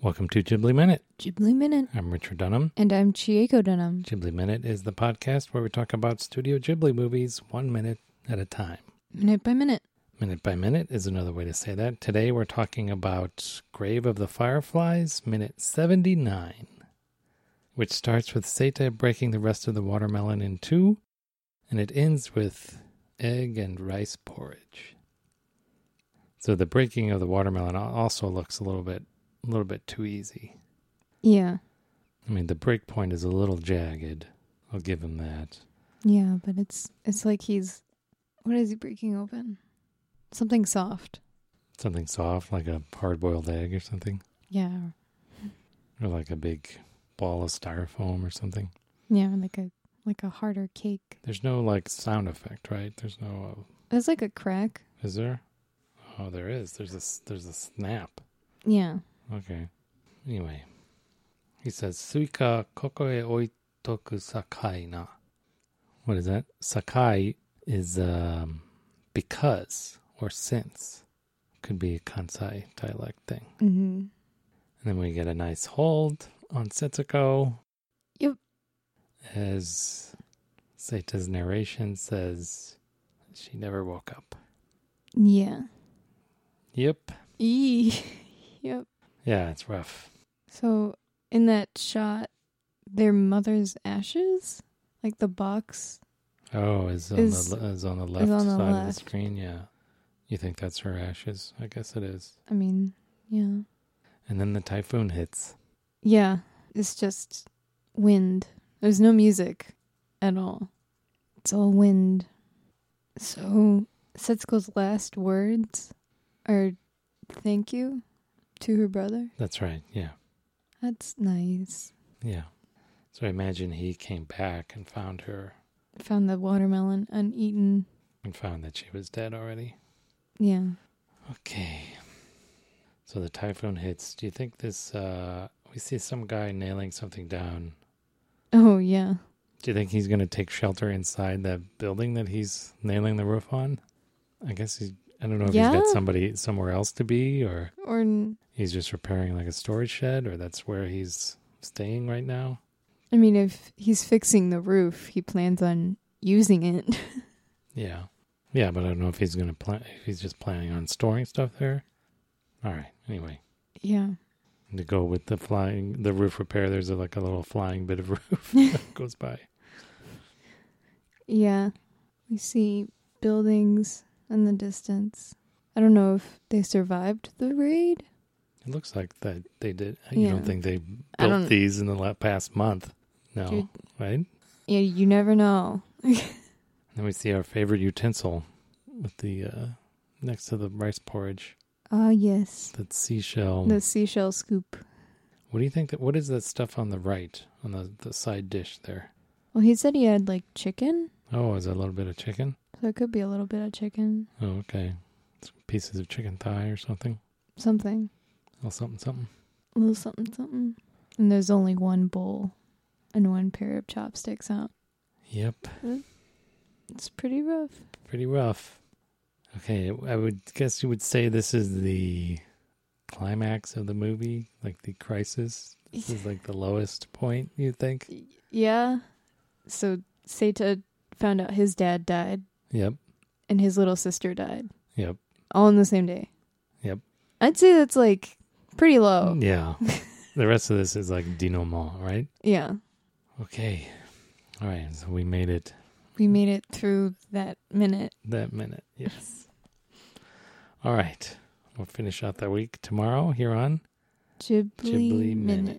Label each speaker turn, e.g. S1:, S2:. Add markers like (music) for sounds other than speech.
S1: Welcome to Ghibli Minute.
S2: Ghibli Minute.
S1: I'm Richard Dunham.
S2: And I'm Chieko Dunham.
S1: Ghibli Minute is the podcast where we talk about Studio Ghibli movies one minute at a time.
S2: Minute by minute.
S1: Minute by minute is another way to say that. Today we're talking about Grave of the Fireflies, minute 79, which starts with Seta breaking the rest of the watermelon in two, and it ends with egg and rice porridge. So the breaking of the watermelon al- also looks a little bit a little bit too easy.
S2: Yeah.
S1: I mean, the break point is a little jagged. I'll give him that.
S2: Yeah, but it's it's like he's what is he breaking open? Something soft.
S1: Something soft, like a hard boiled egg or something,
S2: Yeah.
S1: or like a big ball of styrofoam or something.
S2: Yeah, like a like a harder cake.
S1: There's no like sound effect, right? There's no.
S2: It's like a crack.
S1: Uh, is there? Oh, there is. There's a s- there's a snap.
S2: Yeah.
S1: Okay. Anyway, he says suika koko e oitoku sakai na. What is that? Sakai is um, because or since. Could be a Kansai dialect thing.
S2: Mm-hmm.
S1: And then we get a nice hold on Setsuko.
S2: Yep.
S1: As Seta's narration says, she never woke up.
S2: Yeah.
S1: Yep.
S2: E (laughs) Yep.
S1: Yeah, it's rough.
S2: So in that shot their mother's ashes? Like the box?
S1: Oh, is on,
S2: Is-
S1: the, le- is on the left
S2: on
S1: side
S2: the
S1: of the
S2: left.
S1: screen. Yeah. You think that's her ashes? I guess it is.
S2: I mean, yeah.
S1: And then the typhoon hits.
S2: Yeah, it's just wind. There's no music at all. It's all wind. So Setsuko's last words are thank you to her brother.
S1: That's right. Yeah.
S2: That's nice.
S1: Yeah. So I imagine he came back and found her
S2: Found the watermelon uneaten.
S1: and found that she was dead already.
S2: Yeah.
S1: Okay. So the typhoon hits. Do you think this uh we see some guy nailing something down.
S2: Oh yeah.
S1: Do you think he's going to take shelter inside that building that he's nailing the roof on? I guess he's I don't know if he's got
S2: Yeah.
S1: somebody somewhere else to be or
S2: Or n-
S1: he's just repairing like a storage shed or that's where he's staying right now.
S2: I mean, if he's fixing the roof, he plans on using it. (laughs)
S1: Yeah. Yeah, but I don't know if he's going to plan if he's just planning on storing stuff there. All right. Anyway,
S2: yeah.
S1: to go with the flying the roof repair there's a, like a little flying bit of (laughs)
S2: (laughs)
S1: roof that goes by
S2: Yeah. We see buildings in the distance. I don't know if they survived the raid.
S1: it looks like that they did you
S2: Yeah.
S1: don't think they
S2: I
S1: built
S2: don't-
S1: these in the la- past month no
S2: Dude.
S1: right and
S2: Yeah, you never know.
S1: then we see our favorite utensil with the uh next to the rice porridge
S2: Ah, yes.
S1: that seashell
S2: The seashell scoop.
S1: what do you think that what is that stuff on the right on the, the side dish there
S2: Well, he said he had like chicken,
S1: oh is that a little bit of chicken
S2: so it could be a little bit of chicken,
S1: oh okay Some pieces of chicken thigh or something
S2: something,
S1: or something something
S2: a little something, something. And there's only one bowl and one pair of chopsticks out.
S1: yep
S2: It's pretty rough.
S1: pretty rough. Okay, I would guess you would say this is the climax of the movie, like the crisis. This is like the lowest point, you think?
S2: Yeah. So Seta found out his dad died
S1: Yep,
S2: and his little sister died
S1: yep.
S2: all in the same day.
S1: Yep. Mm.
S2: I'd say that's like pretty low.
S1: Yeah. (laughs) the rest of this is like denouement, right?
S2: Yeah.
S1: Okay. All right, so we made it
S2: We made it through that minute.
S1: that minute. Yes. All right. We'll finish out that week tomorrow here on
S2: Ghibli,
S1: Ghibli
S2: minute.
S1: Minute.